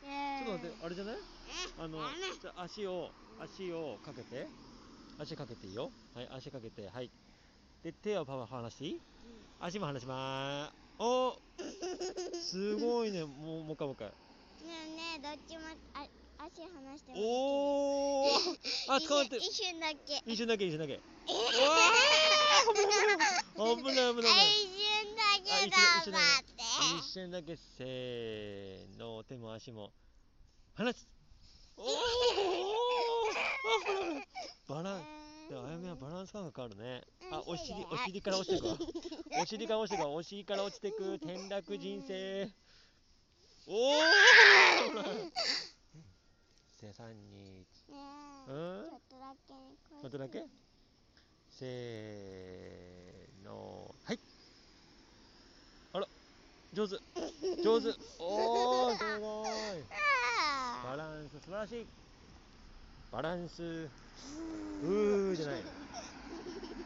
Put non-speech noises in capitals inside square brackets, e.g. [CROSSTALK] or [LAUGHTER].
ちょっと待って、あれじゃないあの、じゃあ足を、足をかけて。足かけていいよ。はい、足かけて、はい。で、手はパパ離していい足も離しまーす。おすごいね、もう、もう一回もう一回。ねえどっちもあ足離してもらおーあ、っていい捕まってる。一瞬だけ一瞬だけ、一瞬だけ。えわー危ない危ない危ない危な一瞬だい。けあ一頑瞬張って一瞬だけせーの手も足も離す [LAUGHS] おーあほらほらバランでもあやめはバランス感覚あるねあお尻お尻から落ちてくわお尻から落ちてくわお尻から落ちてく転落人生おおほらで三二一ねうえんちょっとだけねこうちょっとだけせーのはいあら上手上手おーすごい [LAUGHS] あバランス素晴らしいバランスう